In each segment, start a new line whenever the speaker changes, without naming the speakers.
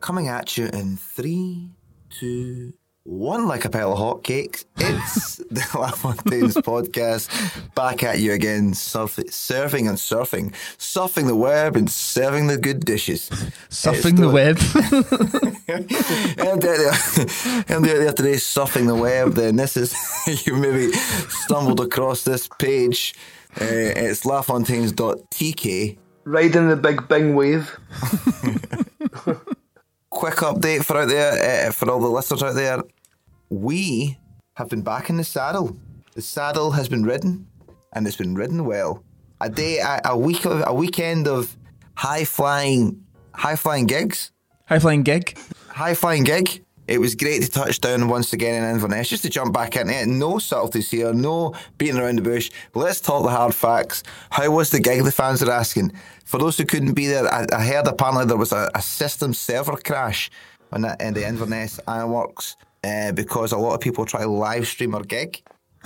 Coming at you in three, two, one, like a pile of hotcakes. It's the Lafontaines podcast. Back at you again, surf- surfing and surfing, surfing the web and serving the good dishes.
Surfing the web.
and the other today, surfing the web, then this is, you maybe stumbled across this page. Uh, it's lafontaines.tk.
Riding the big bing wave.
Quick update for out there, uh, for all the listeners out there. We have been back in the saddle. The saddle has been ridden, and it's been ridden well. A day, a, a week of, a weekend of high flying, high flying gigs.
High flying gig.
high flying gig. It was great to touch down once again in Inverness, just to jump back into it. No subtleties here, no beating around the bush. Let's talk the hard facts. How was the gig? The fans are asking. For those who couldn't be there, I, I heard apparently there was a, a system server crash on the, in the Inverness Ironworks uh, because a lot of people try to live stream our gig.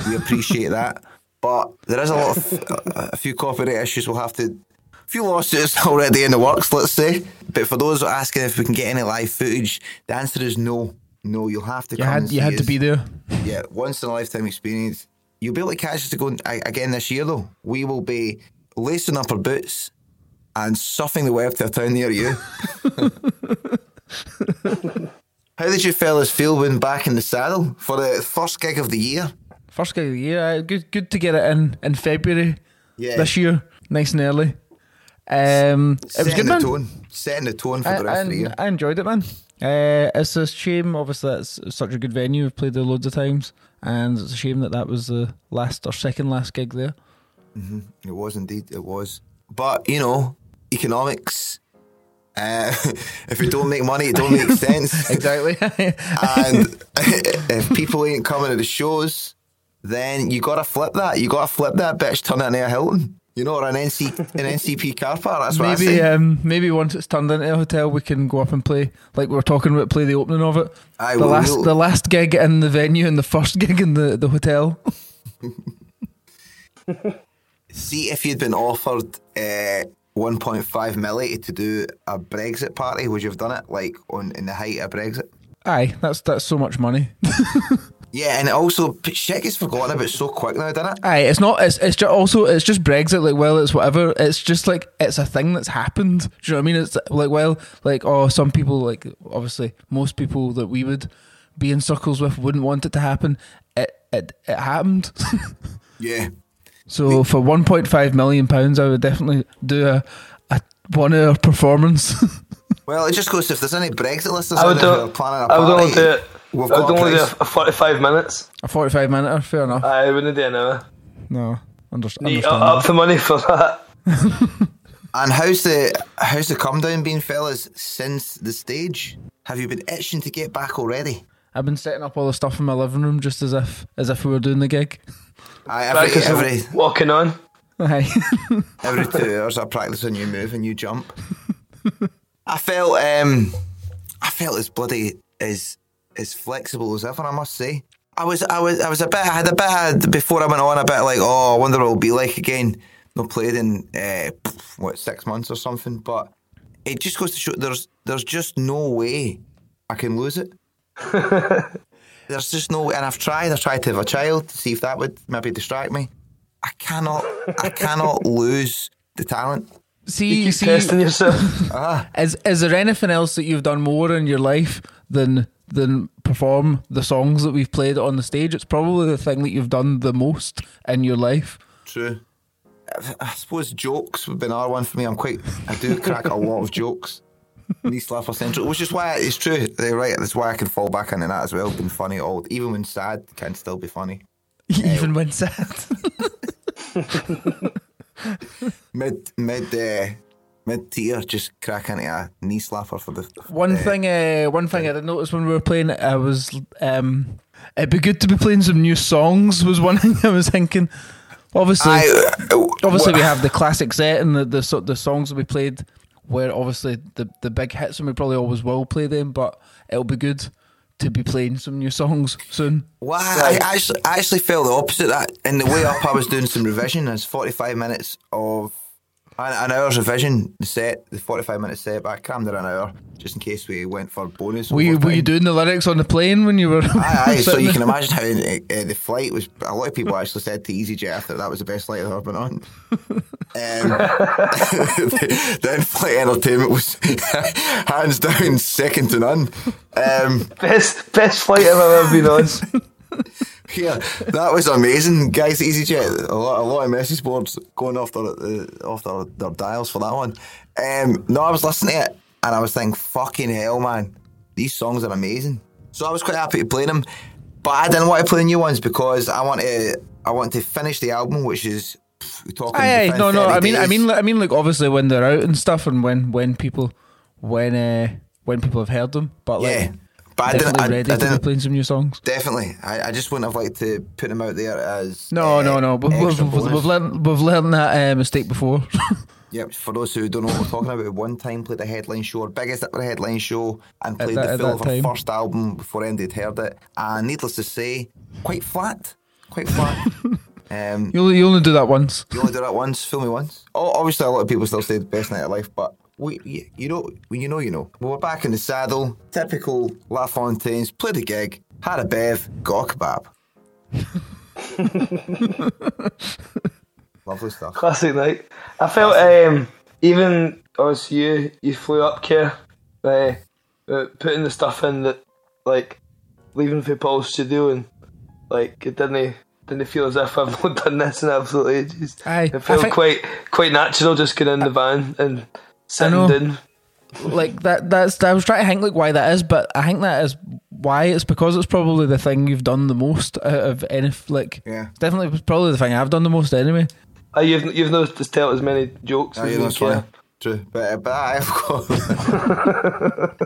We appreciate that, but there is a lot of a, a few copyright issues. We'll have to few lawsuits already in the works, let's say. But for those asking if we can get any live footage, the answer is no. No, you'll have to
You
come
had
and
you
see
had to
us.
be there.
Yeah, once in a lifetime experience. You'll be able to catch us to go a- again this year, though. We will be lacing up our boots and surfing the web to a town near you. How did you fellas feel when back in the saddle for the first gig of the year?
First gig of the year. uh, Good good to get it in in February
Yeah,
this year, nice and early. Um, it was
setting
good,
the
man.
tone, setting the tone for
I,
the rest of the
I,
year.
I enjoyed it, man. Uh, it's a shame, obviously, that's such a good venue. We've played there loads of times, and it's a shame that that was the last or second last gig there.
It was indeed. It was. But you know, economics. Uh, if it don't make money, it don't make sense.
Exactly.
and if people ain't coming to the shows, then you gotta flip that. You gotta flip that bitch. Turn it into a Hilton. You know, or an NC an NCP car park. That's what I
maybe
say.
um, maybe once it's turned into a hotel, we can go up and play like we were talking about, play the opening of it.
Aye,
the
well,
last
we'll-
the last gig in the venue and the first gig in the, the hotel.
See if you'd been offered uh, 1.5 milli to do a Brexit party, would you have done it? Like on in the height of Brexit.
Aye, that's that's so much money.
Yeah, and also p- shit gets forgotten about so quick now, doesn't it?
Aye, it's not. It's it's just also it's just Brexit. Like, well, it's whatever. It's just like it's a thing that's happened. Do you know what I mean? It's like, well, like oh, some people like obviously most people that we would be in circles with wouldn't want it to happen. It it it happened.
Yeah.
so for one point five million pounds, I would definitely do a a one hour performance.
Well, it just goes if there's any Brexit listeners
I
out
would,
there who are
do,
planning a
I would
party.
only do it.
We've
I
got
would only do
price.
a 45 minutes.
a forty five minute, hour, fair enough.
I wouldn't do an hour.
No, under,
You
understand.
up the money for that.
And how's the how's the come down been, fellas, since the stage? Have you been itching to get back already?
I've been setting up all the stuff in my living room just as if as if we were doing the gig.
I, every,
Practice
every
walking on.
Aye.
every two hours, I practice a new move, a new jump. I felt um, I felt as bloody as as flexible as ever. I must say. I was I was I was a bit I had a bit of, before I went on a bit like oh I wonder what it'll be like again. No played in uh, what six months or something, but it just goes to show there's there's just no way I can lose it. there's just no and I've tried. I tried to have a child to see if that would maybe distract me. I cannot I cannot lose the talent.
See,
Keep
see,
testing yourself.
Is is there anything else that you've done more in your life than than perform the songs that we've played on the stage? It's probably the thing that you've done the most in your life.
True. I, I suppose jokes have been another one for me. I'm quite. I do crack a lot of jokes. Knee slapper central, which is why it's true. They're right. That's why I can fall back into that as well. Been funny all, even when sad, can still be funny.
Even when sad.
Mid mid uh, mid tier, just crack into a knee slapper for the
One thing, uh, one thing I did notice when we were playing, I was, um, it'd be good to be playing some new songs. Was one thing I was thinking. Obviously,
I,
obviously we
have.
have the classic set and the, the so- the songs that we played were obviously the the big hits, and we probably always will play them. But it'll be good to be playing some new songs soon.
Wow, I actually, I actually felt the opposite. That in the way up, I was doing some revision. It's forty-five minutes of an, an hour's revision. The set, the forty-five minute set, but I crammed in an hour just in case we went for bonus.
Were you, were you
overtime.
doing the lyrics on the plane when you were?
Aye, aye. so you can imagine how uh, uh, the flight was. A lot of people actually said to EasyJet I thought that was the best flight I've ever been on. Um, then flight entertainment was hands down second to none. Um,
best best flight I've ever been on.
Yeah, that was amazing, guys. at EasyJet, a lot, a lot of message boards going off their, uh, off their, their dials for that one. Um, no, I was listening to it and I was thinking, fucking hell, man, these songs are amazing. So I was quite happy to play them, but I didn't want to play the new ones because I want to, I want to finish the album, which is pff, we're talking.
Aye, aye,
within
no, no.
30
I mean, I
days.
mean, like- I mean, like obviously when they're out and stuff, and when when people when uh, when people have heard them, but like
yeah, but I didn't,
definitely
I, I
ready to be
didn't.
playing some new songs.
Definitely, I, I just wouldn't have liked to put them out there as
No,
uh,
no, no. We've, we've,
extra
we've,
bonus.
we've learned we've learned that uh, mistake before.
Yep, for those who don't know what we're talking about, one time played the headline show, our biggest ever headline show, and played
that-
the full
at
of
that
our
time.
first album before Andy had heard it. And needless to say, quite flat. Quite flat. um,
you only you only do that once.
you only do that once, film me once. Oh, obviously, a lot of people still say the best night of life, but we, you, you know, when you know, you know. We were back in the saddle, typical LaFontaine's, played a gig, had a bev, got a kebab. Lovely stuff.
Classic night. I felt um, even as you you flew up here, uh, uh, putting the stuff in that like leaving for Paul's studio and like it didn't didn't feel as if I've not done this in absolute ages.
Aye, I
it felt
think-
quite quite natural just getting in the van and sitting
know.
down.
like that that's I was trying to think like why that is, but I think that is why it's because it's probably the thing you've done the most out of any like
Yeah.
definitely it's probably the thing I've done the most anyway.
Uh, you've you've not just tell as many jokes.
No,
as
you
you
know, it's
care.
funny. True. But, uh, but I have got.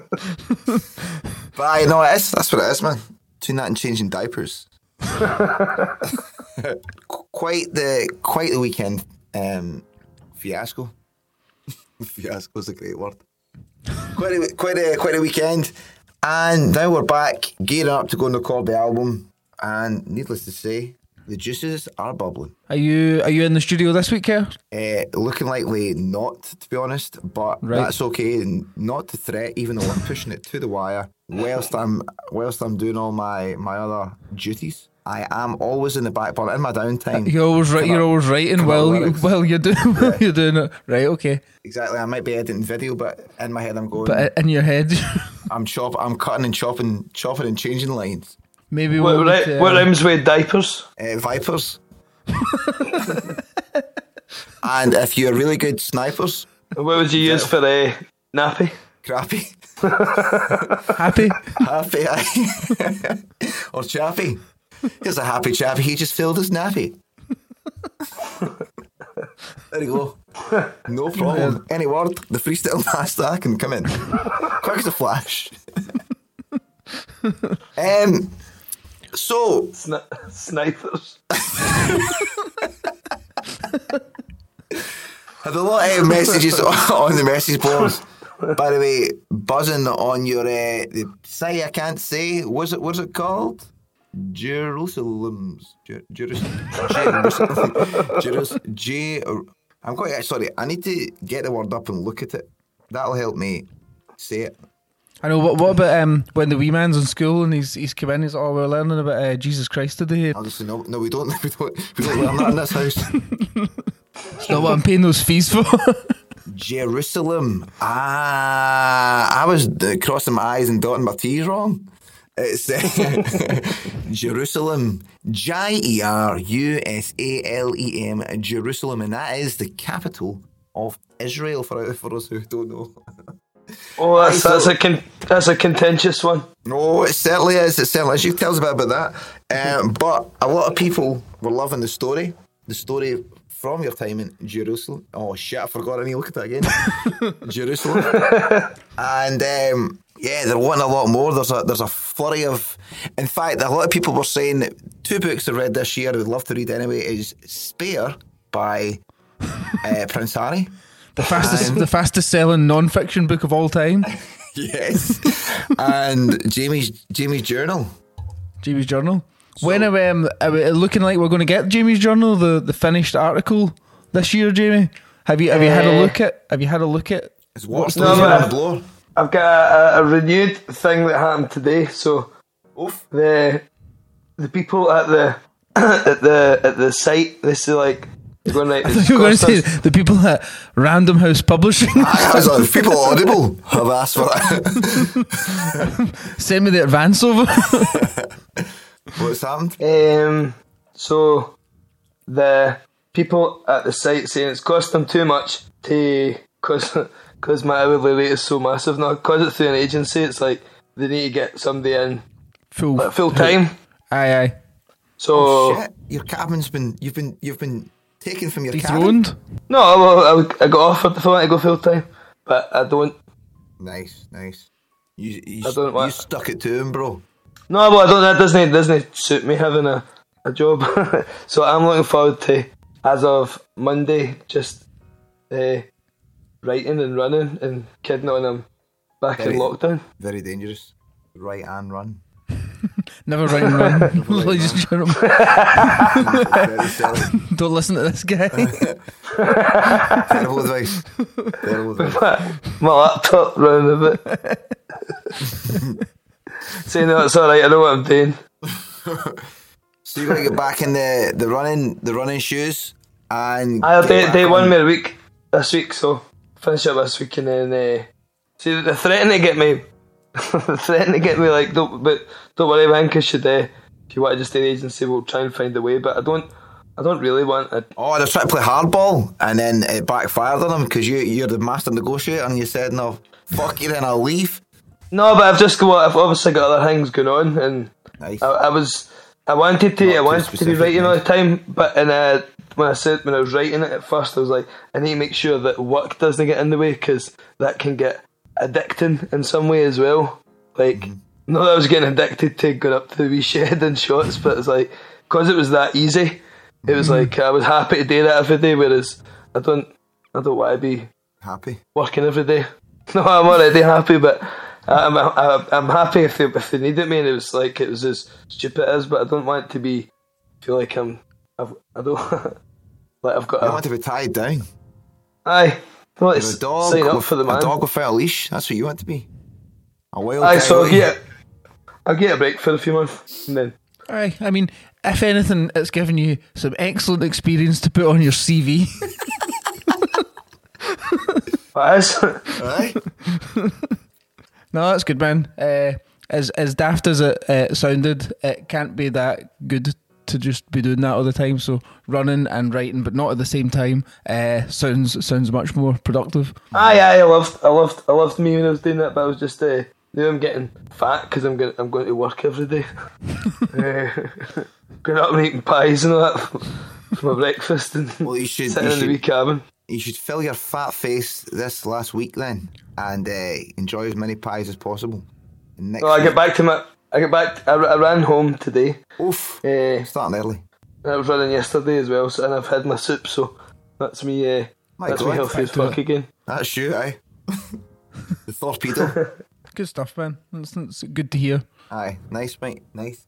but I know it is. That's what it is, man. Between that and changing diapers. Qu- quite the quite the weekend um, fiasco. fiasco is a great word. Quite a, quite a quite a weekend, and now we're back gearing up to go and record the album. And needless to say, the juices are bubbling.
Are you are you in the studio this week, Kerr?
Uh, looking likely not, to be honest, but
Right.
that's okay. n- Not to threat, even though I'm pushing it to the wire. Whilst I'm whilst I'm doing all my my other duties, I am always in the back burner in my downtime.
You're always right.
Come
You're
up-
always writing
come up
while you,
lyrics.
while you're doing while you're doing it. Right, okay.
exactly. I might be editing video, but in my head I'm going.
But in your head,
I'm chop. I'm cutting and chopping, chopping and changing lines.
maybe
What,
we'll
ri-
need to,
what
uh,
rhymes with diapers?
Uh, vipers. and if you're really good snipers,
And What would you use for uh, nappy?
crappy,
happy.
happy, aye. or chappy. Here's a happy chappy. He just filled his nappy. there you go. No problem. Any word, the freestyle master can come in. Quick as a flash. um. So
Sni- snipers.
Had a lot of messages on the message boards By the way, buzzing on your uh, the say I can't say. Was it was it called? Jerusalem's Jer- Jerusalem. Jerusalem. J. I'm going. to- Sorry, I need to get the word up and look at it. That'll help me say it.
I know. What, what about um, when the wee man's in school and he's he's come in? He's oh, we're learning about uh, Jesus Christ today.
Obviously, no, no, we don't. We don't. We don't learn that in this house.
That's not what I'm paying those fees for.
Jerusalem. Ah, I was uh, crossing my eyes and dotting my T's wrong. It's uh, Jerusalem. J E R U S A L E M. Jerusalem. And that is the capital of Israel for, for us who don't know.
Oh, that's
Hey, so-
that's a con- that's a contentious one.
No, it certainly is. It certainly is. You can tell us a bit about that. Um, but a lot of people were loving the story. The story from your time in Jerusalem. Oh shit! I forgot. I need to look at that again. Jerusalem. And um, yeah, they're wanting a lot more. There's a there's a flurry of. In fact, a lot of people were saying that two books I read this year. I would love to read anyway. Is Spare by uh, Prince Harry.
the fastest, the fastest selling non-fiction book of all time,
Yes. and Jamie's Jamie's journal.
Jamie's Journal. when are, um, are we looking like we're going to get Jamie's Journal, the, the finished article this year, Jamie? Have you have you had a
Eh.
look at Have you had a look at?
It's what's
No,
on
man.
the blower.
I've got a, a, a renewed thing that happened today. So the the people at the at the at the site, this is like they're going like.
You're going to say the people at Random House Publishing
As on people at audible have asked for that.
send me the advance over.
What's happened?
Um, so the people at the site saying it's cost them too much to cause cause my hourly rate is so massive now. Cause it's through an agency, it's like they need to get somebody in
Full
like, full time.
Aye, aye.
So
Oh, Shit, your cabin's been you've been you've been taken from your cabin.
Dethroned.
no, well, I, I got offered if I want to go full time, but I don't.
Nice, nice. You you,
I don't
you
like-
stuck it to him, bro.
No, well, I don't. That doesn't doesn't suit me having a a job. so I'm looking forward to as of Monday just uh, writing and running and kidding on them back in
Very-
lockdown.
Very dangerous. Right and run.
Never write and run. Ladies and gentlemen,
Very terrible,
don't listen to this guy.
terrible advice. Terrible advice.
my laptop running a bit. Saying no, it's alright, I know what I'm doing.
So you're gonna get back in the, the running the running shoes and
I
get
day,
back
day
on.
one more week this week, so finish up this week and then uh, see they're threatening to get me they're threatening to get me like don't but don't worry man cause should uh, if you want to just stay in the agency we'll try and find a way but I don't I don't really want a,
Oh, they're trying to play hardball, and then it backfired on them because you you're the master negotiator, and you said no, fuck you, then I'll leave.
No but I've just got I've obviously got other things going on and
Nice.
I, I was I wanted to
Not
I
too
wanted to be
specific,
writing
no.
all the time, but and uh, when I said when I was writing it at first, I was like, I need to make sure that work doesn't get in the way because that can get addicting in some way as well. Like,
Mm-hmm.
not that I was getting addicted to going up to the wee shed and shots, but it's like because it was that easy, it was
Mm-hmm.
like I was happy to do that every day. Whereas I don't, I don't want to be
Happy.
working every day. No, I'm already happy, but I'm, I'm, I'm happy if they, if they needed me. And it was like, it was as stupid as, but I don't want to be, feel like I'm, I've, I don't, like I've got
I want
a,
to be tied down.
aye, I want to
You're a
s-
dog.
sign up
with,
for the
A
man.
dog without a leash. That's what you want to be. A wild.
Aye,
coyote.
so I'll get, I'll get a break for a few months and then.
Aye, I mean, if anything, it's given you some excellent experience to put on your CV.
But as,
Aye.
no, that's good, man. Uh, as as daft as it uh, sounded, it can't be that good to just be doing that all the time. So running and writing, but not at the same time, uh, sounds sounds much more productive.
aye, aye, I loved, I loved, I loved me when I was doing that, but I was just, uh, now I'm getting fat because I'm going, I'm going to work every day. Eh, going up and eating pies and all that for my breakfast and.
Well, you should.
Sitting
You
in the wee
should,
cabin.
you should fill your fat face this last week then, and uh, enjoy as many pies as possible. And next
No, I
week-
get back to my. I get back. I, I ran home today.
Oof.
Uh,
Starting early.
I was running yesterday as well, so, and I've had my soup. So that's me. Uh,
My
that's me
God.
healthy as
Back to
fuck
it.
again.
That's you, eh? The torpedo.
Good stuff, man. It's, it's good to hear.
Aye, nice, mate. Nice.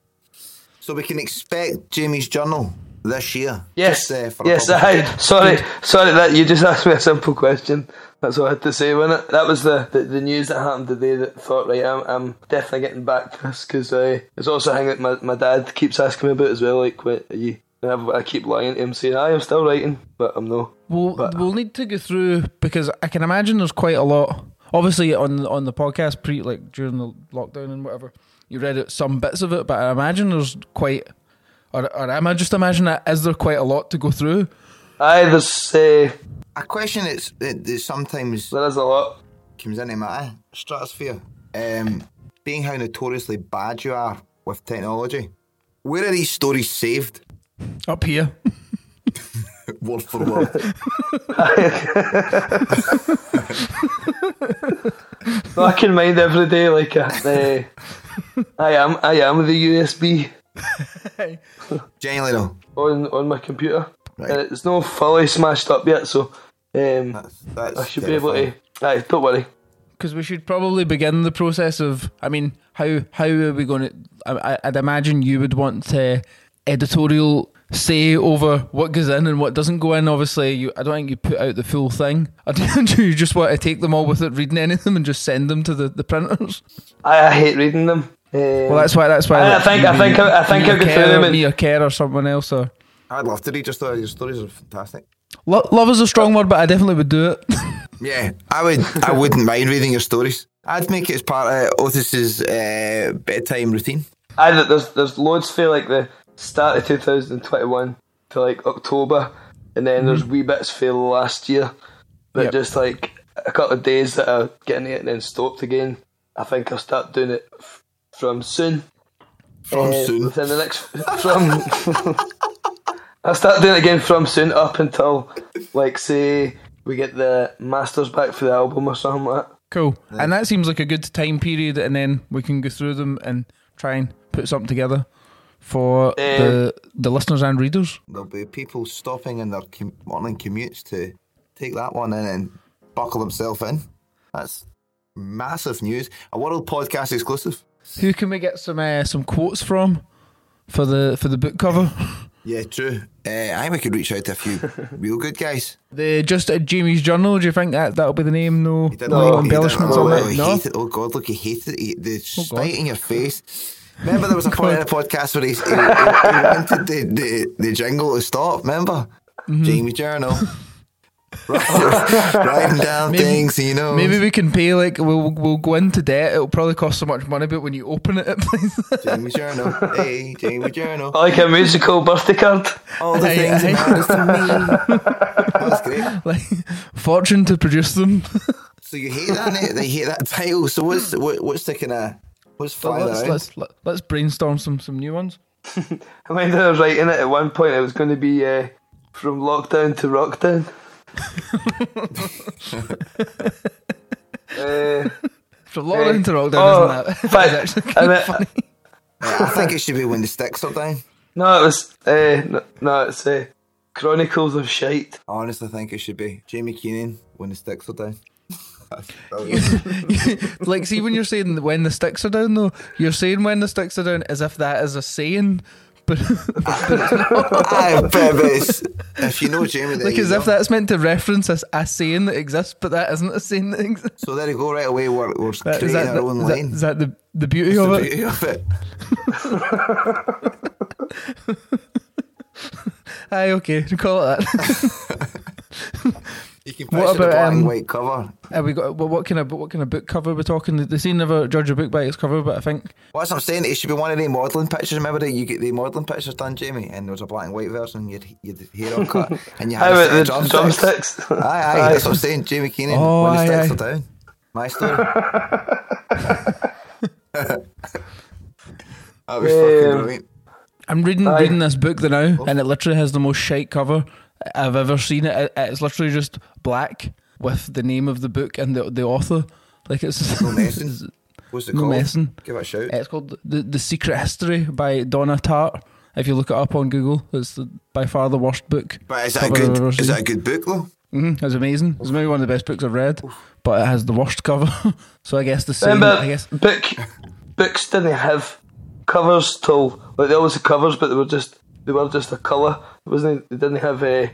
So we can expect Jamie's journal this year.
Yes.
Just, uh, for a
yes,
public-
I sorry sorry that you just asked me a simple question. That's all I had to say, wasn't it? That was the, the, the news that happened today that thought, right, I'm, I'm definitely getting back to this because uh, it's also a thing that my, my dad keeps asking me about as well. Like, what are you? And I've- I keep lying to him, saying, aye, I'm still writing, but I'm no.
We'll we'll need to go through because I can imagine there's quite a lot. Obviously, on on the podcast, pre like during the lockdown and whatever, you read it, some bits of it, but I imagine there's quite. Or, or am I just imagining that? Is there quite a lot to go through?
Aye, there's, uh,
I question it's, it, it sometimes
there is a lot.
comes into my stratosphere. Um, being how notoriously bad you are with technology, where are these stories saved?
Up here,
Word for word.
No, I can mind every day, like, uh, uh, I am I am the USB
Genuinely, no.
on, on my computer.
Right.
And it's not fully smashed up yet, so um,
That's, that's
I should be
terrifying.
able to. Aye, don't worry.
because we should probably begin the process of. I mean, how how are we going to? I, I- I'd imagine you would want to editorial say over what goes in and what doesn't go in. Obviously, you. I don't think you put out the full thing. I do you just want to take them all without reading any of them and just send them to the, the printers?
I, I hate reading them. Um,
Well, that's why. That's why.
I- I think- I think I- I think I'll go through them and-
Me or Kerr or someone else. Or
I'd love to read your story. Your stories are fantastic.
Lo- love is a strong word, but I definitely would do it.
Yeah, I would. I wouldn't mind reading your stories. I'd make it as part of Otis's uh, bedtime routine.
aye, there- there's there's loads for like the start of 2021 to like October, and then there's wee bits for last year. But
Yep.
just like a couple of days that are getting it and then stopped again. I think I'll start doing it f- from soon.
From
Uh,
soon.
Within the next from. I'll start doing it again from soon up until like say we get the masters back for the album or something like that.
cool. And that seems like a good time period, and then we can go through them and try and put something together for the
Uh,
the listeners and readers.
There'll be people stopping in their com- morning commutes to take that one in and buckle themselves in. That's massive news. A world podcast exclusive.
Who can we get some uh, some quotes from for the for the book cover?
Yeah, true. Uh, I think we could reach out to a few real good guys.
The just at Jamie's journal. Do you think that that'll be the name? No,
He didn't
no
like- he
embellishments
didn't
on
like-
it.
he
No. Oh,
hated- oh God, look, he hated it. The
God.
spite in your face. Remember, there was a point in the podcast where he, he, he wanted the, the, the jingle to stop. Remember,
Mm-hmm.
Jamie Journal. Writing down
Maybe-
things, you know.
Maybe we can pay like we'll we'll go into debt. It'll probably cost so much money, but when you open it, it plays.
Jamie Journal. Hey, Jamie Journal.
Oh,
Like a musical birthday card.
All the
Aye,
things
aye.
that matters to me. That's great.
like fortune to produce them.
So you hate that, innit? They hate that title. So
Hmm.
what's what, what's the kind of what's
But
flying
let's,
around?
let's let- let's brainstorm some some new ones.
I mind I was writing it at one point. It was going to be uh, from lockdown to rockdown. uh,
From lockdown
Eh,
to lockdown,
oh,
isn't that?
but-
That's actually
and
kinda
it-
funny.
I think it should be when the sticks are down.
no, it was uh, no, no, it's uh, Chronicles of Shite.
I honestly think it should be Jamie Keenan when the sticks are down.
like, see, when you're saying when the sticks are down, though, you're saying when the sticks are down as if that is a saying, but
I bet it's, if you know Jamie, there
like
you
as
go.
if that's meant to reference a, a saying that exists, but that isn't a saying that exists.
So there you go, right away. We're, we're
That,
creating
is, that,
our own
is that-
lane.
is that the the beauty
That's
of
the
it?
beauty of it.
Aye, okay, call it that.
You can
What
picture the
about,
black
um,
and white cover.
Have we got well, what kind of what kind of book cover we're talking? They say never judge a book by its cover, but I think
What's I'm saying? It should be one of the modelling pictures. Remember that you get the modelling pictures done, Jamie, and there was a black and white version. You'd you'd hair all cut, and you
How
had a
about
set
the
of
drumsticks?
Aye, aye, that's what I'm saying. Jamie Keenan
Oh,
when
aye,
the sticks
aye.
are down. My story. that was
Yeah.
fucking brilliant.
I'm reading
Aye.
reading this book the now,
Oh.
and it literally has the most shite cover I've ever seen. It, it- it's literally just black with the name of the book and the the author. Like it's
No messing. What's it
No
called?
messing.
Give it a shout.
it's called the the Secret History by Donna Tartt. If you look it up on Google, it's the, by far the worst book.
But is that a
cover I've ever
good? Is
seen.
that a good book though?
hmm It was amazing. It was maybe one of the best books I've read, but it has the worst cover. so I guess the same.
Remember,
I guess
book books didn't have covers till like they always had covers, but they were just they were just a colour. It wasn't they didn't have uh,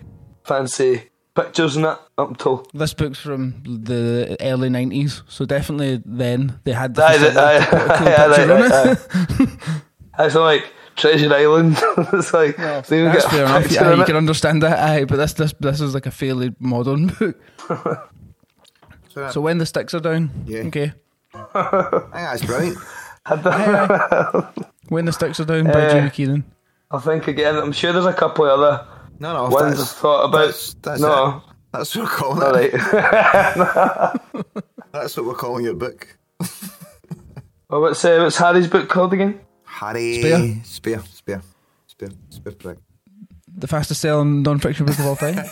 fancy pictures and that up till
this book's from the early nineties, so definitely then they had the
Aye,
facility
aye,
to put a cool
aye, aye,
picture in it.
aye, it's not like Treasure Island. it's like they even get
That's
a
fair enough.
picture
Yeah,
in
you
it.
can understand that. Aye, but this this this is like a fairly modern book. so when the sticks are down,
Yeah.
okay.
I think that's brilliant.
When the sticks are down by
Eh.
Jimmy Keenan.
I think again, I'm sure there's a couple of other
No, no,
ones I've
that's,
thought about.
that's, that's
no,
it. That's what we're calling
all
it.
right.
That's what we're calling your book.
well, what's uh, what's Harry's book called again?
Harry
Spear.
Spear. Spear. Spear. Spear prick.
the fastest selling non-fiction book of all time.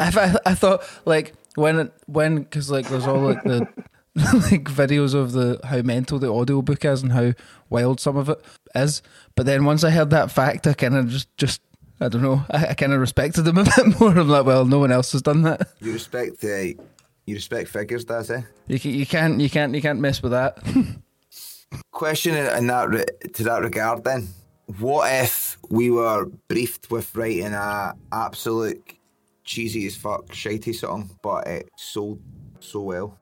I, th- I thought like when when because like there's all like the like videos of the how mental the audio book is and how wild some of it is. But then once I heard that fact, I kind of just just I don't know. I, I kind of respected them a bit more. I'm like, well, no one else has done that.
You respect the you respect figures, does it?
You, ca- you can't you can't you can't mess with that.
Question in in that re- to that regard, then, what if we were briefed with writing a absolute cheesy as fuck shitey song, but it sold so well?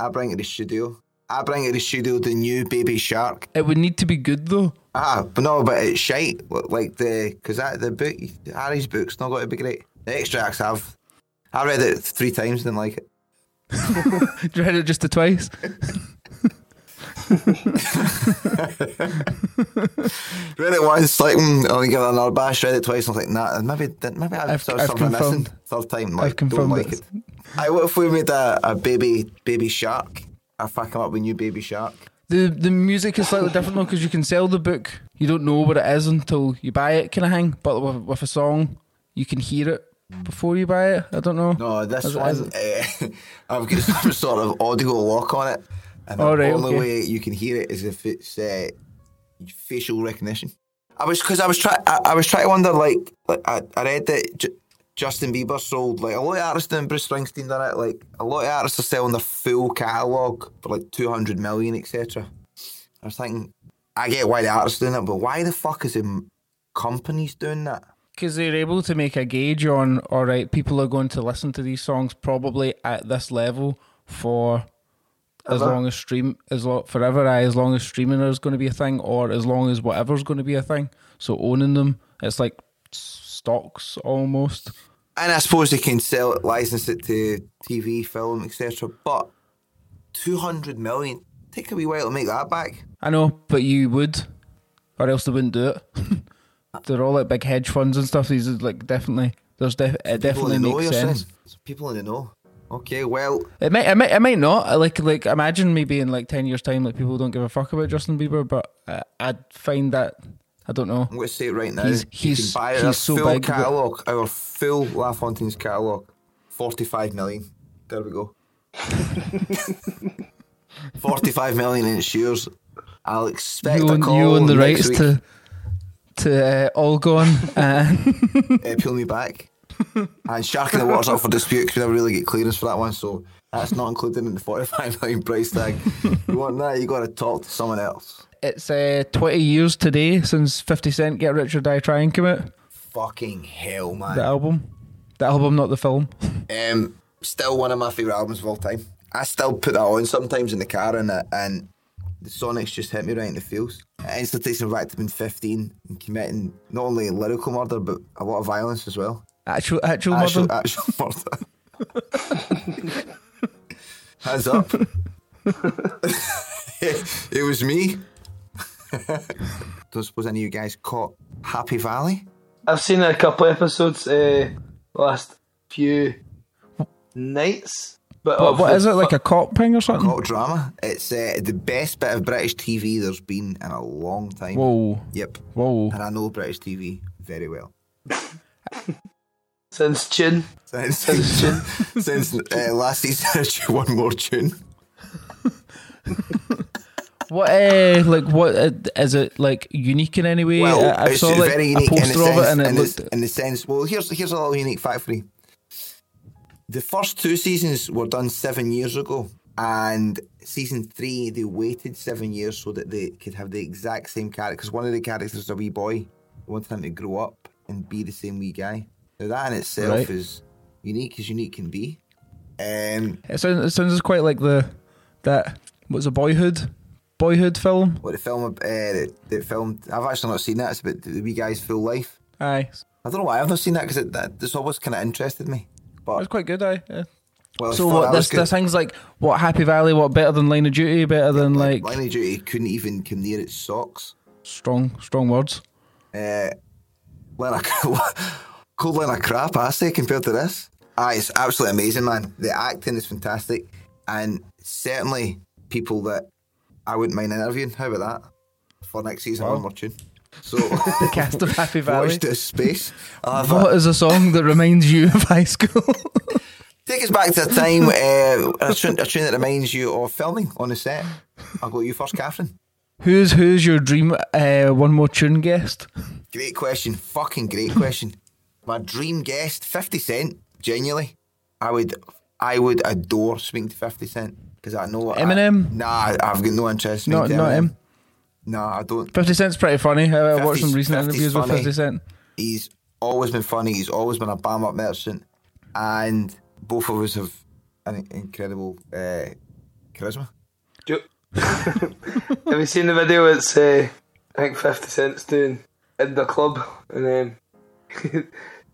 I bring it to the studio. I bring it to the studio the new Baby Shark.
it would need to be good though.
Ah, but no, but it's shite. Like the because that the book Harry's book's not going to be great. The extracts have. I read it three times, didn't like it.
Did you read it just the twice?
Read it once, like mm, I'll give it another bash. Read it twice, and I was like, nah, maybe didn't- maybe I've,
I've-
sort
I've
of something missing.
confirmed.
Third time, like,
confirmed
don't like
it.
it. I what if we made a, a baby baby shark? I fuck him up with new baby shark.
The the music is slightly different though because you can sell the book. You don't know what it is until you buy it, kind of thing. But with, with a song, you can hear it before you buy it. I don't know.
No, this
Is it- is
one, eh, I've got some sort of audio lock on it, and the
All right,
only
okay.
way you can hear it is if it's uh, facial recognition. I was because I was trying. I was trying to wonder, like, like I, I read that J- Justin Bieber sold like a lot of artists and Bruce Springsteen done it. Like a lot of artists are selling their full catalog for like two hundred million, etc. I was thinking, I get why the artists doing it, but why the fuck is the companies doing that?
Because they're able to make a gauge on, all right, people are going to listen to these songs probably at this level for as long as stream as long forever. aye, as long as streaming is going to be a thing, or as long as whatever's going to be a thing. So owning them, it's like s- stocks almost.
And I suppose they can sell it, license it to TV, film, etc. But 200 million, take a wee while to make that back.
I know, but you would, or else they wouldn't do it. They're all like big hedge funds and stuff. These is like definitely, there's def- it
People
definitely
in the know,
makes
you're
sense.
saying? It's People in the know. Okay, well,
It might, it might, it might not. I Like, like imagine maybe in like ten years' time, like people don't give a fuck about Justin Bieber. But I, I'd find that I don't know.
I'm going to say it right now.
He's-
you
he's-
can buy our
he's so
full
big that-
catalogue, our full LaFontaine's catalogue, 45 million. There we go. 45 million in shares. I'll expect
You
a
own,
call
you own the
next week.
rights to to uh, all gone. and
uh, Peel Me Back. and Shark in the Water's up for dispute because we never really get clearance for that one, so that's not included in the 45 million price tag. you want that, you got to talk to someone else.
it's uh, twenty years today since Fifty Cent Get Rich or Die Trying came out.
Fucking hell,
The
man.
album, the album, not the film.
Um, still one of my favourite albums of all time. I still put that on sometimes in the car, and, uh, and the Sonics just hit me right in the feels. It instantly takes me back to being 15 and committing not only lyrical murder, but a lot of violence as well.
Actual, actual,
Actual,
mother.
actual murder. Hands up. it was me. Don't suppose any of you guys caught Happy Valley?
I've seen a couple episodes uh, last few nights. But
But what
obviously-
is it like a cop thing or something?
Caught drama. It's uh, the best bit of British TV there's been in a long time.
Whoa,
Yep.
whoa.
And I know British TV very well.
Since Chin.
Since, since, since uh, last season, one more tune.
What, uh, like, what uh, is it like unique in any way?
Well,
I, I
it's
saw like
very
a
unique in the
poster of
sense,
it and it
in,
looked.
the, in the sense. Well, here's here's a little unique fact for you. The first two seasons were done seven years ago, and season three they waited seven years so that they could have the exact same character. Because one of the characters is a wee boy, they wanted him to grow up and be the same wee guy. Now that in itself
Right.
is unique as unique can be. Um,
It sounds it sounds quite like the that what's a boyhood boyhood film.
what the film uh, that, that filmed? I've actually not seen that. It's about the wee guy's full life.
Aye, it
I don't know why I've not seen that because that, that's always kind of interested me.
was
But
quite good. Aye. Yeah.
well, I
So
thought
what,
that
there's,
was good.
there's things like what Happy Valley, what better than Line of Duty, better than like
Line of Duty couldn't even come near its socks.
strong strong words.
Uh, line of, cold line of crap, I say, compared to this. Ah, it's absolutely amazing, man. The acting is fantastic, and certainly people that I wouldn't mind interviewing. How about that for next season? I'm watching. So the
Cast of Happy Valley.
Watch this space. I'll have a-
What is a song that reminds you of high school?
Take us back to a time, uh, a, tune, a tune that reminds you of filming on the set. I'll go you first, Catherine.
who's who's your dream? Uh, one more tune guest.
Great question. Fucking great question. My dream guest, 50 Cent, genuinely. I would I would adore speaking to 50 Cent because I know. I-
Eminem?
nah, I've got no interest in
Not
speaking to
not
Eminem.
him.
Nah, I don't.
Fifty Cent's pretty funny. I, I watched some
50's
recent
50's
interviews with
funny.
Fifty Cent.
He's always been funny. He's always been a bam up merchant. And both of us have an incredible uh, charisma.
Do you- Have you seen the video? It's uh, I think Fifty Cent's doing in the club, and then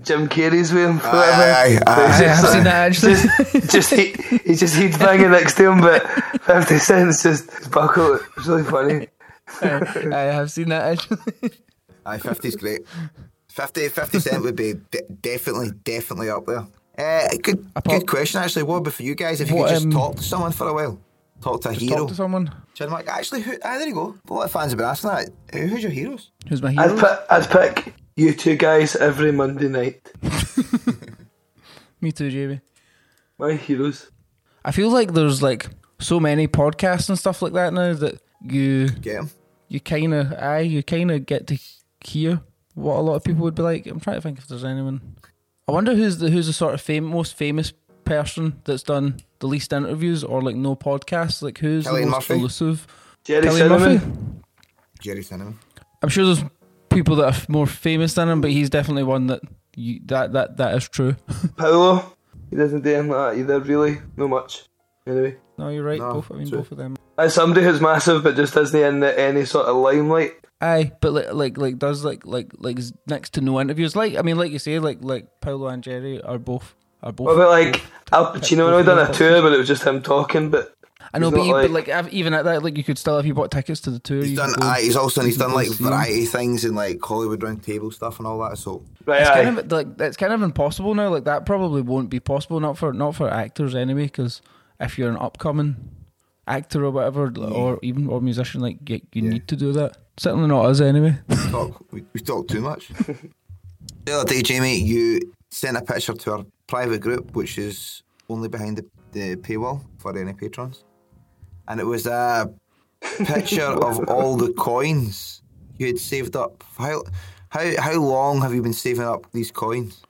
Jim Carrey's with him. for whatever.
Aye, aye, aye.
It's
I have
just-
seen that actually.
Just, just he, he just he's banging next to him, but Fifty Cent's just buckle. It's really funny.
I have seen that actually.
Aye, 50's great. 50, 50 Cent would be de- definitely, definitely up there. Uh, good,
Apart-
good question, actually. What would be for you guys if you
What,
could just
um,
talk to someone for a while? Talk to a hero.
Talk to someone.
Chin Mike, actually, who, ah, there you go. A lot of fans have been asking that. Who- Who's your heroes?
Who's my
I'd
hero?
pick, I'd pick you two guys every Monday night.
Me too, Jamie.
My heroes.
I feel like there's like so many podcasts and stuff like that now that you
Get 'em.
you kind of I you kind of get to hear what a lot of people would be like. I'm trying to think if there's anyone. I wonder who's the who's the sort of fam- most famous person that's done the least interviews or like no podcasts. Like who's
Cillian
the most
Murphy.
elusive?
Jerry
Cillian
Cinnamon.
Jerry Cinnamon.
I'm sure there's people that are f- more famous than him, but he's definitely one that you, that that that is true.
Paolo. He doesn't do anything like that either, really. No much. Anyway.
no, you're right.
No,
both I mean
true.
both of them.
As somebody who's massive but just isn't in the, any sort of limelight.
Aye, but like, like, like, does like, like, like, s- next to no interviews. Like, I mean, like you say, like, like, Paolo and Jerry are both, are both.
What about like Al Pacino? I know he done a tour, but it was just him talking. But
I know,
he's not
but, you, but
like-
like, ev- even at that, like, you could still, if you bought tickets to the tour,
He's
you
done.
could go-
Aye, he's also he's
you could
done
go
like
see him.
variety things and like Hollywood round table stuff and all that. So
right,
It's
aye.
kind of like that's kind of impossible now. Like that probably won't be possible, not for not for actors anyway. Because if you're an upcoming actor or whatever, or even or musician, like you, you need to do that. Certainly not us anyway.
talk. We, we talk too much. the other day, Jamie, you sent a picture to our private group, which is only behind the, the paywall for any patrons, and it was a picture of all the coins you had saved up. How how how long have you been saving up these coins?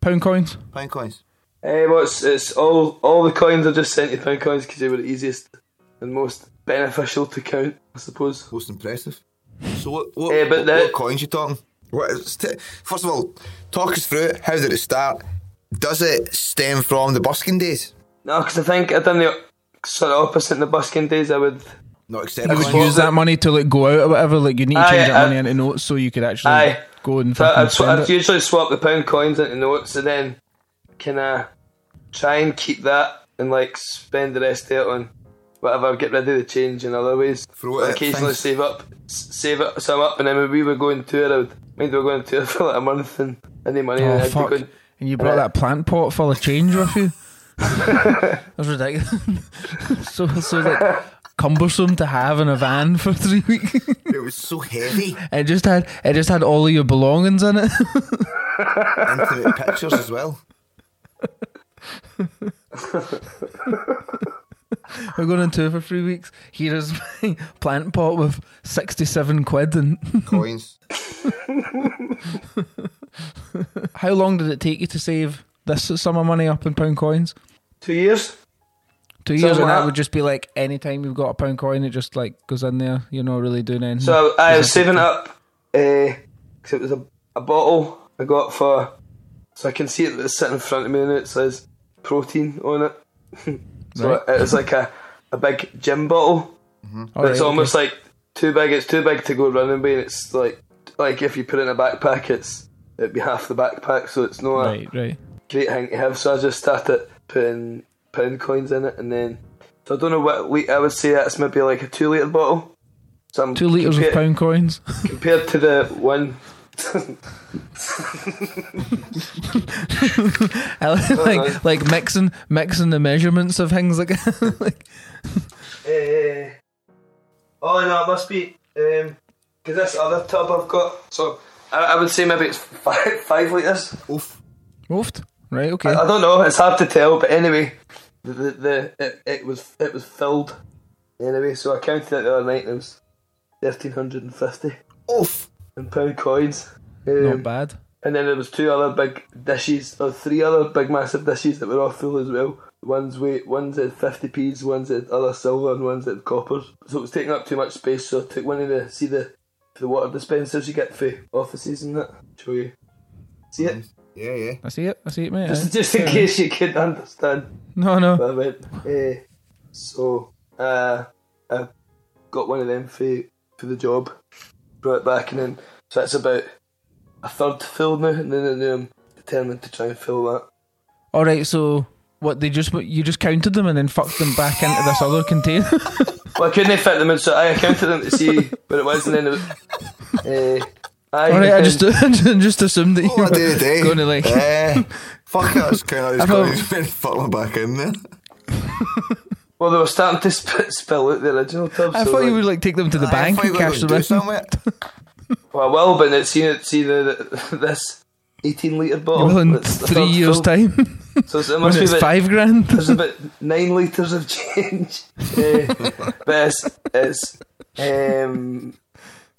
Pound coins.
Pound coins.
Eh, well, it's, it's all all the coins are just sent to pound coins because they were the easiest and most beneficial to count, I suppose.
Most impressive. So what? What,
Eh, but
what,
the-
what coins you talking? What is t- first of all, talk us through it. How did it start? Does it stem from the busking days?
No, because I think I done the sort of opposite in the busking days. I would
Not accepted.
You would
coins.
use that money to like go out or whatever. Like you need to
Aye,
change that
aye.
money into notes so you could actually
Aye.
go and
So uh, I'd,
fucking
sw-
spend
I'd
it.
usually swap the pound coins into notes and then kind of try and keep that and like spend the rest of it on whatever, get rid of the change in other ways.
Throw it
I'd
at
occasionally
things.
save up, s- save it, some up, and then when we were going tour, I would mind we were going tour for like a month and any money
Oh
I'd be
fuck!
going-
And you brought that plant pot full of change with you. That's ridiculous. so so like cumbersome to have in a van for three weeks.
It was so heavy.
It just had it just had all of your belongings in it.
Intimate pictures as well.
We're going on tour for three weeks. Here is my plant pot with sixty-seven quid. And
Coins.
how long did it take you to save this sum of money up in pound coins.
Two years?
Two years,
Something
and
like
that
that.
would just be like any time you've got a pound coin, it just like goes in there. You're not really doing anything.
So I, I was
Just-
saving it up because it was a, a bottle I got for. So I can see it that's sitting in front of me and it says protein on it. so
Right. Mm-hmm.
it was like a, a big gym bottle.
Alright,
it's
okay.
almost like too big. It's too big to go running with. and It's like like if you put it in a backpack, it's it'd be half the backpack. So it's not
right, right.
a great thing to have. So I just started putting pound coins in it, and then so I don't know what le- I would say. That's maybe like a two liter bottle. So I'm
Two liters of
compa-
pound coins.
compared to the one.
I like- like like mixing mixing the measurements of things like, like
Eh, oh no, it must be because this other tub I've got. So I, I would say maybe it's five, five liters.
Oofed. Right, okay.
I don't know. It's hard to tell, but anyway, the, the, the it, it was it was filled. Anyway, so I counted it the other night. And it was thirteen hundred and fifty
Oof.
in pound coins.
Not
Um,
bad.
and then there was two other big dishes, or three other big massive dishes that were all full as well. One's weight, one's at fifty p's, one's at other silver, and one's at copper. So it was taking up too much space. So I took one of the see the the water dispensers you get for offices and that. Show you. See it?
Yeah, yeah.
I see it. I see it, mate.
Just,
aye.
just in case you couldn't understand.
No, no.
I went, eh, so uh, I got one of them for, for the job, brought it back, and then so that's about a third filled now, and then I'm determined to try and fill that.
All right. So what? They just you just counted them and then fucked them back into this other container.
Well, I couldn't fit them in, so I counted them to see what it was, and then it, uh, I,
All right. I just just assumed that you
What
were
I did, eh?
going to like.
Eh, fuck it, I just kind of
I
just
thought-
got these men fucking back in there.
well, they were starting to sp- spill out the original tub.
I
so
thought you
like-
would like take them to the bank and cash them
do
in.
somewhere.
Well, I will, but it's seen it, see the, the this eighteen litre bottle.
Well, in
that's the
three
third
years'
filled.
time,
So it's- it
when
must be
it's
about
five grand.
there's about nine litres of change. Eh, but it's, it's um,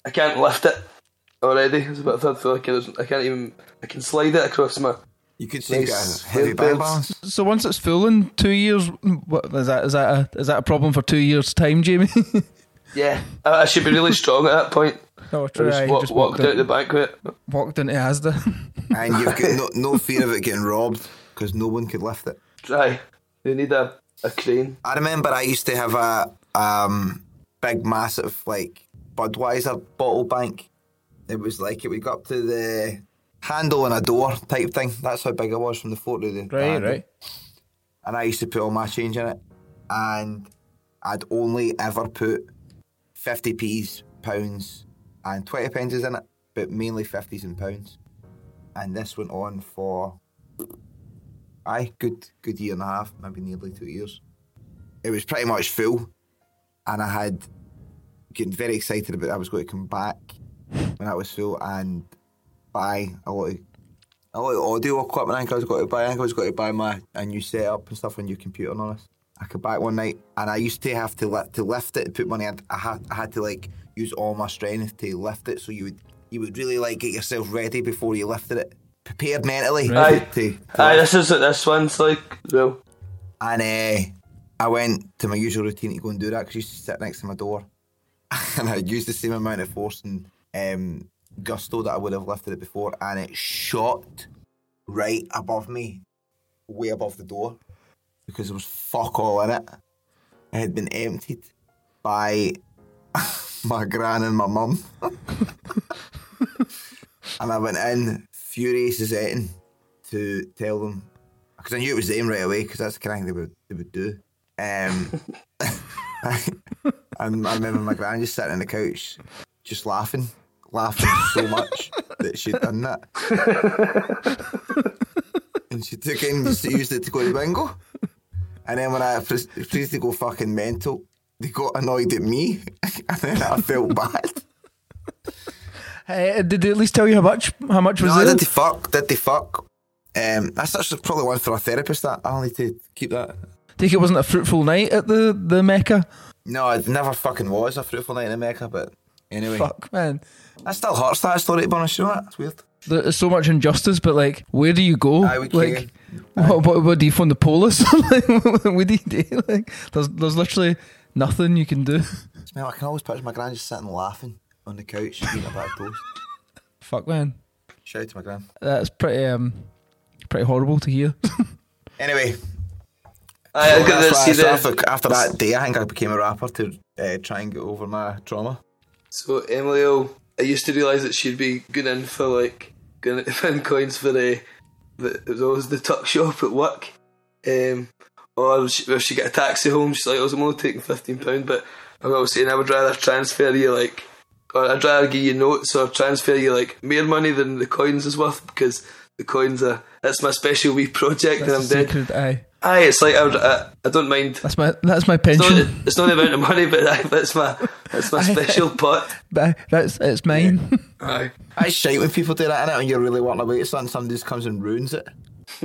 I can't lift it already. It's about a third full. I can't, I can't even. I can slide it across my.
You could say you got
Nice.
a heavy bank
Bills.
balance.
So once it's full in two years, what is that? Is that a is that a problem for two years' time, Jamie?
Yeah, I, I should be really strong at that point.
oh,
I
true.
just,
aye,
wa-
just
walked
walked,
out the
in,
banquet.
walked into Asda.
And you've got no, no fear of it getting robbed because no one could lift it.
Try. You need a, a crane.
I remember I used to have a um, big, massive, like Budweiser bottle bank. It was like it would go up to the handle on a door type thing. That's how big it was from the fort to the the
right,
handle.
right.
and I used to put all my change in it, and I'd only ever put fifty p's, pounds, and twenty pences in it, but mainly fifties and pounds. And this went on for, aye, good good year and a half, maybe nearly two years. It was pretty much full, and I had getting very excited about I was going to come back when I was full and buy a lot of I like audio equipment. I think I was going to buy. I think I was going to buy my a new setup and stuff, a new computer and all this. I could buy it one night, and I used to have to li- to lift it, and put money. I'd, I had I had to like use all my strength to lift it. So you would you would really like get yourself ready before you lifted it, prepared mentally.
Right.
to- to
Aye,
lift
this is what this one's like. Well,
and uh, I went to my usual routine to go and do that because I used to sit next to my door. and I used the same amount of force and um, gusto that I would have lifted it before. And it shot right above me, way above the door, because there was fuck all in it. It had been emptied by my gran and my mum. and I went in, furious as anything, to tell them because I knew it was them right away because that's the kind of thing they would, they would do. Um, and I remember my gran just sitting on the couch, just laughing, laughing so much that she'd done that. and she took it and just used it to go to bingo. And then when I proceeded to go fucking mental, they got annoyed at me, and then I felt bad.
Uh, did they at least tell you how much? How much was
No,
it?
did they fuck? Did they fuck? Um, that's actually probably one for a therapist. That I'll need to keep that.
Take it wasn't a fruitful night at the the Mecca.
No, it never fucking was a fruitful night in America, but anyway.
Fuck, man.
That still hurts that story to be honest, you know that? It's weird.
There's so much injustice, but like, where do you go?
I would
Oh, like,
care.
What, what, what do you phone the police? like, what do you do? Like, there's, there's literally nothing you can do.
Smell, I can always picture my gran just sitting laughing on the couch eating a bag of toast.
Fuck man,
Shout out to my gran.
that's pretty um, pretty horrible to hear.
Anyway,
I, I
so
got Uh, to
that's
see
why- so
the.
after, after that day, I think I became a rapper to uh, try and get over my trauma.
So Emily, O, I used to realise that she'd be good in for like good in coins for the, the it was always the tuck shop at work, um, or she, if she get a taxi home, she's like, oh, "I was only taking fifteen pound," but I'm always saying I would rather transfer you like, or I'd rather give you notes or transfer you like more money than the coins is worth because the coins are that's my special wee project
That's a
and I'm dead.
sacred eye.
Aye, it's like I, would, I, I don't mind.
That's my that's my
It's not,
pension.
it's not the amount of money, but I, that's my that's my special pot.
But that's it's mine.
Aye.
I shite when people do that innit, and you're really wanting to wait something, somebody just comes and ruins it.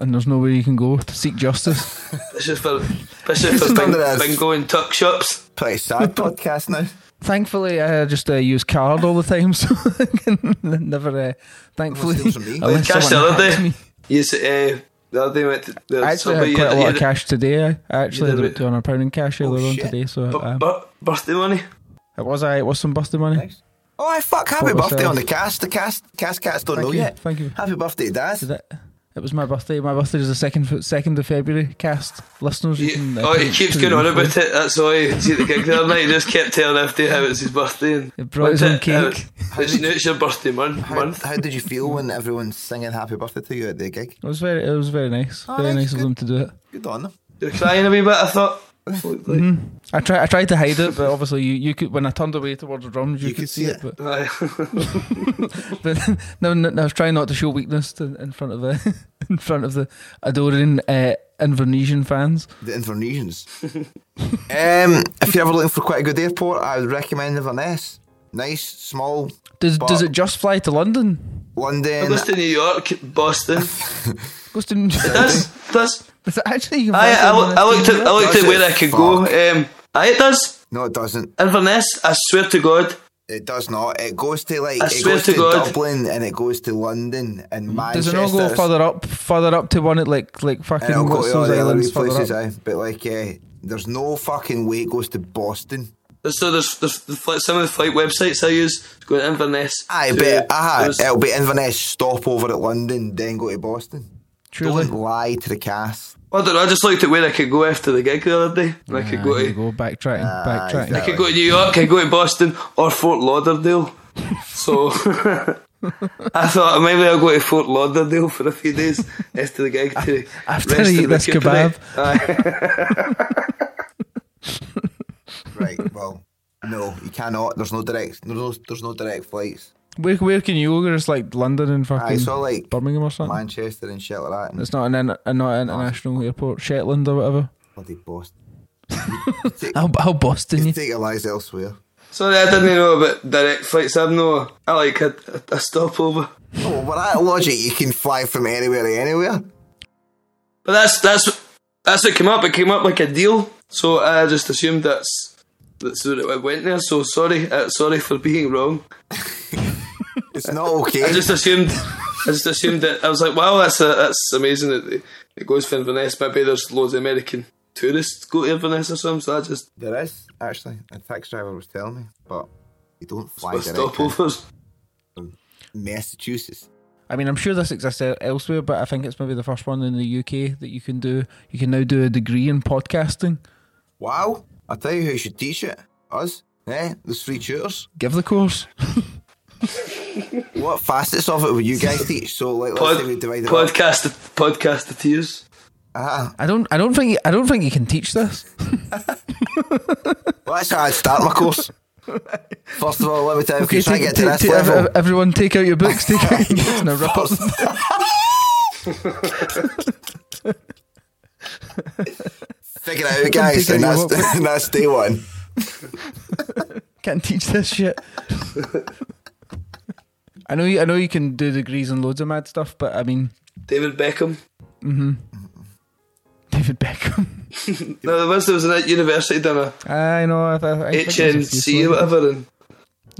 and there's nowhere you can go to seek justice.
This is for this is
This
for
is
bing,
under us.
bingo and tuck shops.
Pretty sad podcast now.
Thankfully, I just uh, use card all the time, so I can never. Uh, thankfully,
steals from me.
unless
Cash the
someone
other
hacks
day.
me.
Yes, uh, the other day went to the
I actually had quite a lot of cash today. I I actually had
did a
about
bit-
two hundred pound in cash earlier on
shit.
today, so um,
birthday Oh, money.
it was I it was some busted money.
Oh, I fuck! Happy
What was
birthday
that?
on the cast. The cast, cast cats don't
Thank
know
you,
yet.
thank you.
Happy birthday, Daz.
Did it? It was my birthday. My birthday is the second second of February. Cast listeners, you can,
You-
uh,
oh, he
put
keeps
put
going on
in for
about it. That's why he's at the gig the other night. He just kept telling everybody how it's his birthday and
He brought his own
went to-
cake.
uh, Did you know it's your birthday mon-
How,
month?
how did you feel when everyone's singing happy birthday to you at the gig?
It was very it was very nice.
Oh,
very
that's
nice of
good.
them to do it.
Good on them.
You're crying a wee bit. I thought. Looked like-
I try I tried to hide it, but obviously you, you could when I turned away towards the drums, you, could, see it. But,
Aye.
but no, no, no, I was trying not to show weakness to, in front of the in front of the adoring uh, Invernessian fans.
The Invernessians. um, if you're ever looking for quite a good airport, I would recommend Inverness. Nice, small,
Does
But-
does it just fly to London?
I
London.
goes to New York, Boston.
Goes to
That's that's.
Is it actually you can fly
I
to
I,
London
I looked
and
at I looked at where I could go. Um, aye, it does.
No, it doesn't.
Inverness, I swear to God,
It does not. It goes to like
I
it
swear
goes
to
to,
God.
Dublin and it goes to London and
Does
Manchester.
it not go further up further up to one at like like
And
fucking
it'll go
what's
to all
those
the other wee
islands further
places,
up?
aye. But like, uh, there's no fucking way it goes to Boston.
so there's, there's the flight, some of the flight websites I use go to Inverness.
I
to-
bet. Aha,
there's-
it'll be Inverness. Stop over at London, then go to Boston.
Truly.
Don't lie to the cast.
I don't know, I just looked at where I could go after the gig the other day. And I could go
There
to
you go, backtracking, backtracking.
I could go to New York, I could go to Boston or Fort Lauderdale. So I thought maybe I'll go to Fort Lauderdale for a few days after the gig to
After I
rest and
eat this
recuperate.
kebab.
Aye.
Right. Well, no, you cannot. There's no direct. There's no. There's no direct flights.
Where, where can you go? It's like London and fucking
I saw like
Birmingham or something.
Manchester and shit like that, and
It's not an, in- uh, not an international airport, Shetland or whatever.
bloody Boston.
How how Boston
You
you?
take your lies elsewhere.
Sorry, I didn't know about direct flights. I'm no, I like a, a, a stopover.
Oh, well, that logic, you can fly from anywhere to anywhere.
But that's that's that's what came up. It came up like a deal, so I just assumed that's that's what it went there. So sorry, uh, sorry for being wrong.
It's not okay.
I just assumed. I just assumed that I was like, wow, that's a, that's amazing that they- it goes for Inverness. Maybe there's loads of American tourists go to Inverness or something. So I just
there is actually a taxi driver was telling me, but you don't fly
for
direct to
stopovers.
Massachusetts.
I mean, I'm sure this exists el- elsewhere, but I think it's maybe the first one in the UK that you can do. You can now do a degree in podcasting.
Wow! I tell you who should teach it. Us. Eh? There's free tutors.
Give the course.
What facets of it will you guys teach? So like, let's
Pod,
say we divide it up.
podcast, podcast the tears.
Ah,
I don't. I don't think. I don't think you can teach this.
well, that's how I'd start my course. First of all, let me tell you, if you try to
take-
get to
take-
this
take- ev-
level,
ev- everyone, take out your books. Take out your books now. Rip up.
Figure it out, guys,
Figure
and
you
that's,
out.
and that's day one.
Can't teach this shit. I know. You, I know you can do degrees and loads of mad stuff, but I mean,
David Beckham.
David Beckham.
No, there was there was a university done a
I know. I, I, I think there's a few
HNC or
sort of-
whatever, and
and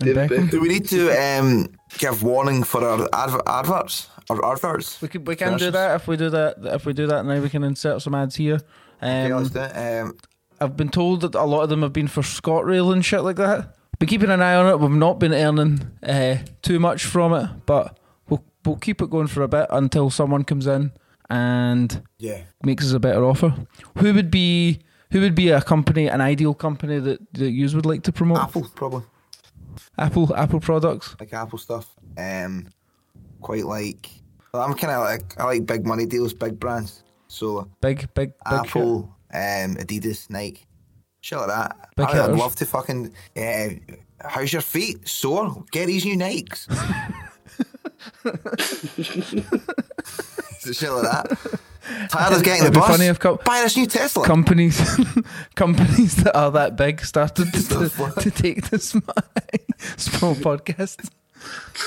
David
Beckham.
Beckham.
Do we need to um, give warning for our adver- adverts? or others.
We can we can do that if we do that if we do that now we can insert some ads here. Um,
Yeah, let's do it. Um,
I've been told that a lot of them have been for ScotRail and shit like that. Been keeping an eye on it. We've not been earning uh, too much from it, but we'll we'll keep it going for a bit until someone comes in and
yeah.
makes us a better offer. Who would be who would be a company, an ideal company that that you would like to promote?
Apple, probably.
Apple, Apple products.
Like Apple stuff. Um, quite like. Well, I'm kind of like. I like big money deals, big brands. So,
Big, big, big shit.
Apple, um, Adidas, Nike. Shit like that.
Big
I, would
hitters.
love to fucking. Uh, how's your feet? Sore? Get these new Nikes. Shit like that. Tired of getting the
It'd be
bus?
funny if co-
Buy this new Tesla.
companies companies that are that big started to,
Stuff like-
to take this small podcast.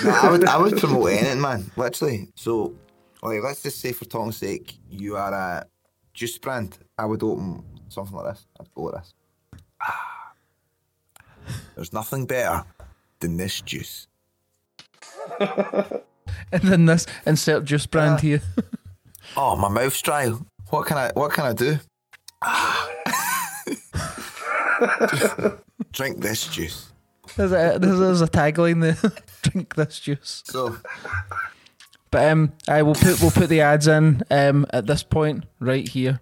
No, I would, I would promote anything, man. Literally. So, like, let's just say for Tom's sake, you are a juice brand. I would open something like this. I'd go like this. Ah. There's nothing better than this juice.
And then this insert juice
Ah.
brand here.
Oh, my mouth's dry. What can I? What can I do? Ah. Drink this juice.
There's a, there's, there's a tagline there. Drink this juice.
So,
But um, I will put we'll put the ads in um at this point right here.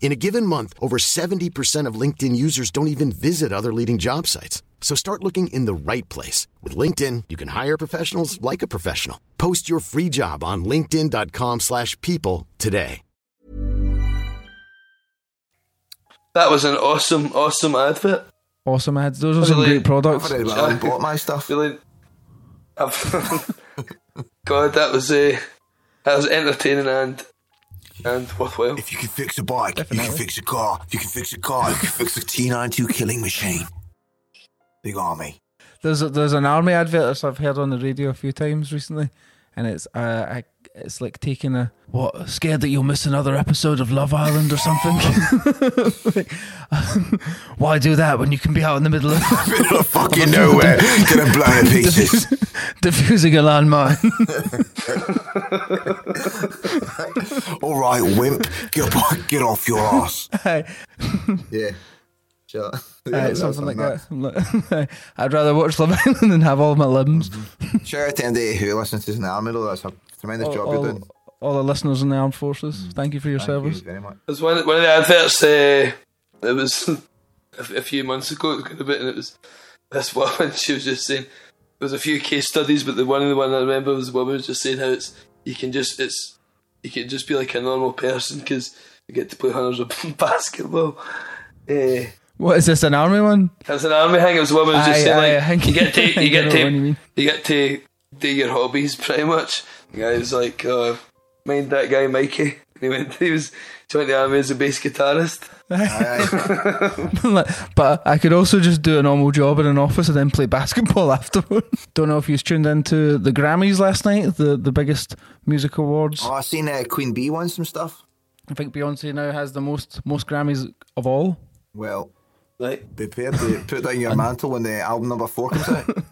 In a given month, over 70% of LinkedIn users don't even visit other leading job sites. So start looking in the right place. With LinkedIn, you can hire professionals like a professional. Post your free job on linkedin.com/people slash people today.
That was an awesome, awesome advert.
Awesome ads. Those are some
Really?
great products.
I've already well and bought my stuff.
Really, I've, God, that was a that was entertaining and and worthwhile.
If you can fix a bike, you can fix a car. If you can fix a car, you can fix a T92 killing machine. Big army.
There's a, there's an army advert that's I've heard on the radio a few times recently, and it's uh, I, it's like taking a what scared that you'll miss another episode of Love Island or something. Why do that when you can be out in the middle of
Middle of fucking nowhere. Gonna blow to pieces.
diffusing a landmine?
All right, wimp. Get, up- get off your ass.
Aye,
Yeah. Sure.
aye, something like that. I'm like, aye, I'd rather watch Love Island than have all my limbs.
Mm-hmm. Shout out to anybody who listens to this in the army, though. That's a tremendous
All,
job you're doing.
all, all the listeners in the armed forces, thank you for your
Thank
service.
you very much.
It was one, one of the adverts. Uh, it was a, a few months ago. It was kind of bit, and it was this woman. She was just saying there was a few case studies, but the one the one I remember was the woman was just saying how it's you can just it's you can just be like a normal person because you get to play hunters of basketball. Uh,
What is this an army one?
That's an army thing. It was a woman who was
Aye,
just saying
aye,
like,
I think-
you get
I
to
think
you
I know
get
the one you
to
mean.
you get to do your hobbies pretty much. The guy was like, uh, mind that guy Mikey. And he went. He was joined the army as a bass guitarist.
Like, but I could also just do a normal job in an office and then play basketball afterward. Don't know if you was tuned into the Grammys last night, the, the biggest music awards.
Oh, i seen uh, Queen Bee won some stuff.
I think Beyonce now has the most most Grammys of all.
Well,
Like
prepare to put down your mantle when the album number four comes out.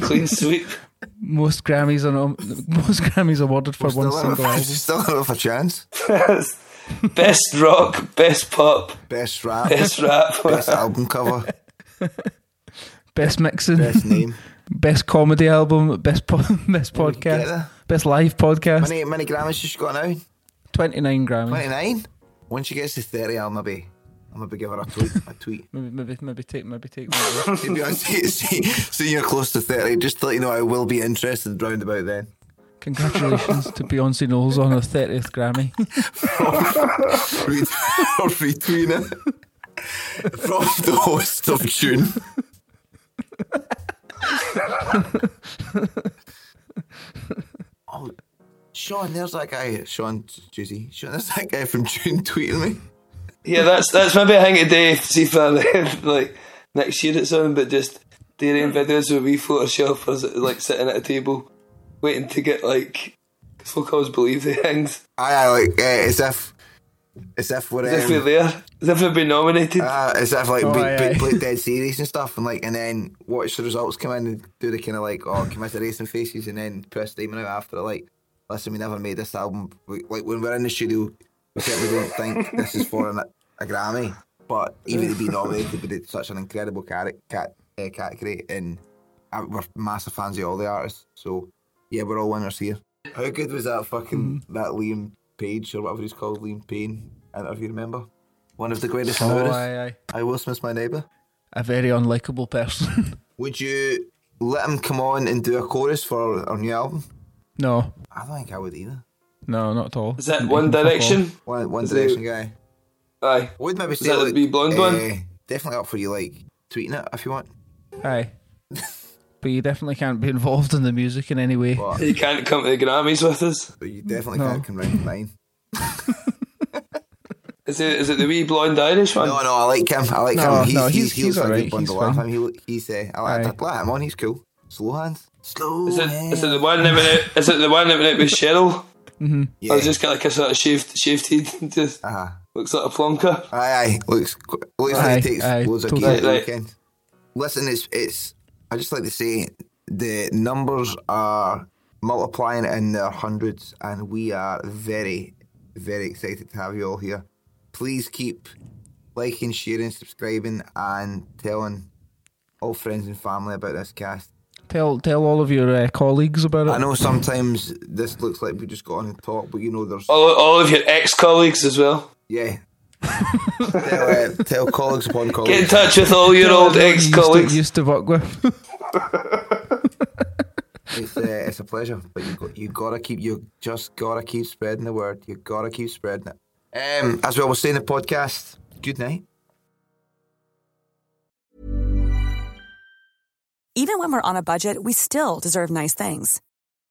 clean sweep.
Most Grammys are nom- most Grammys awarded for
Still
one single
have,
album.
still have a chance.
best rock, best pop,
Best rap, best,
best rap.
album cover,
Best mixing,
best
best,
name.
comedy album, best po- best
get
podcast,
there.
best live
How
podcast.
many, many Grammys has she got now?
Twenty nine Grammys.
29? Once she gets to 30, I'll maybe I'm gonna give her a tweet. A tweet.
Maybe, maybe, maybe take, maybe take. one away.
to be honest, see, see, you're close to 30. Just to let you know, I will be interested round about then.
Congratulations to Beyonce Knowles on her thirtieth Grammy.
Read or retweet it from the host of June. oh, Sean, there's that guy. Sean, Juicy. Sean, there's that guy from June tweeting me.
Yeah, that's that's maybe a thing today. See if uh, like next year it's on, but just daring videos with wee photoshoppers like sitting at a table waiting to get like. 'cause Folk always believe the things.
Aye, aye, like, eh, as if, as if we're,
As if we're
um,
there, as if we've been nominated.
uh, as if like
Oh,
we,
aye,
we
aye.
played dead series and stuff, and like, and then watch the results come in and do the kind of like, oh, commiseration faces, and then press statement out after it, like, listen, we never made this album. We, like when we're in the studio, we certainly don't think this is for an, a Grammy, but even to be nominated, but it's such an incredible cat cat uh, category, and uh, we're massive fans of all the artists, so yeah, we're all winners here. How good was that fucking
Mm-hmm.
that Liam Page or whatever he's called, Liam Payne interview? Remember? One of the greatest
Oh,
hours.
aye, aye.
I will Smith's my neighbour.
A very unlikable person.
Would you let him come on and do a chorus for our new album?
no,
I don't think I would either.
no, not at all.
Is that
Couldn't
One
even fuck
Direction?
One, one
Is
Direction
it-
guy.
Aye.
I would maybe
Is
say
that the
like,
wee blonde
eh,
one?
Definitely up for you, like tweeting it if you want.
off. Aye, but you definitely can't be involved in the music in any way.
But,
You can't come to the Grammys with us.
but you definitely
No.
can't come round to mine.
Is it is it the wee blonde Irish one?
No, no, I like him. I like
No,
him. He's,
no,
he's,
he's-
he
he's
looks like a
alright,
good one to
he's
laugh
fine.
him. He, look- he's, uh, I, I,
Aye.
I'd let him on, he's cool. Slow hands. Slow
Is it
hands.
is it the one that went out, is it the one that went out with Cheryl?
yeah.
I was just got like a sort of shaved shaved head, just
uh-huh.
looks like a plonker.
Aye, aye. Looks qu- looks like it
Aye,
takes
aye,
loads of
totally.
gear at the
Right, right.
weekend. Listen, it's it's. I just like to say the numbers are multiplying in their hundreds, and we are very, very excited to have you all here. Please keep liking, sharing, subscribing, and telling all friends and family about this cast.
Tell tell all of your uh, colleagues about it.
I know sometimes this looks like we just got on and talk, but you know there's
All, all of your ex colleagues as well.
yeah. tell, uh, tell colleagues upon colleagues.
Get in touch with all your
Tell
old
everyone you used
ex
to-
colleagues.
used to work with.
It's uh, it's a pleasure, but you got you gotta keep you just gotta keep spreading the word. You gotta keep spreading it. Um, as well, we'll say in the podcast. Good night.
Even when we're on a budget, we still deserve nice things.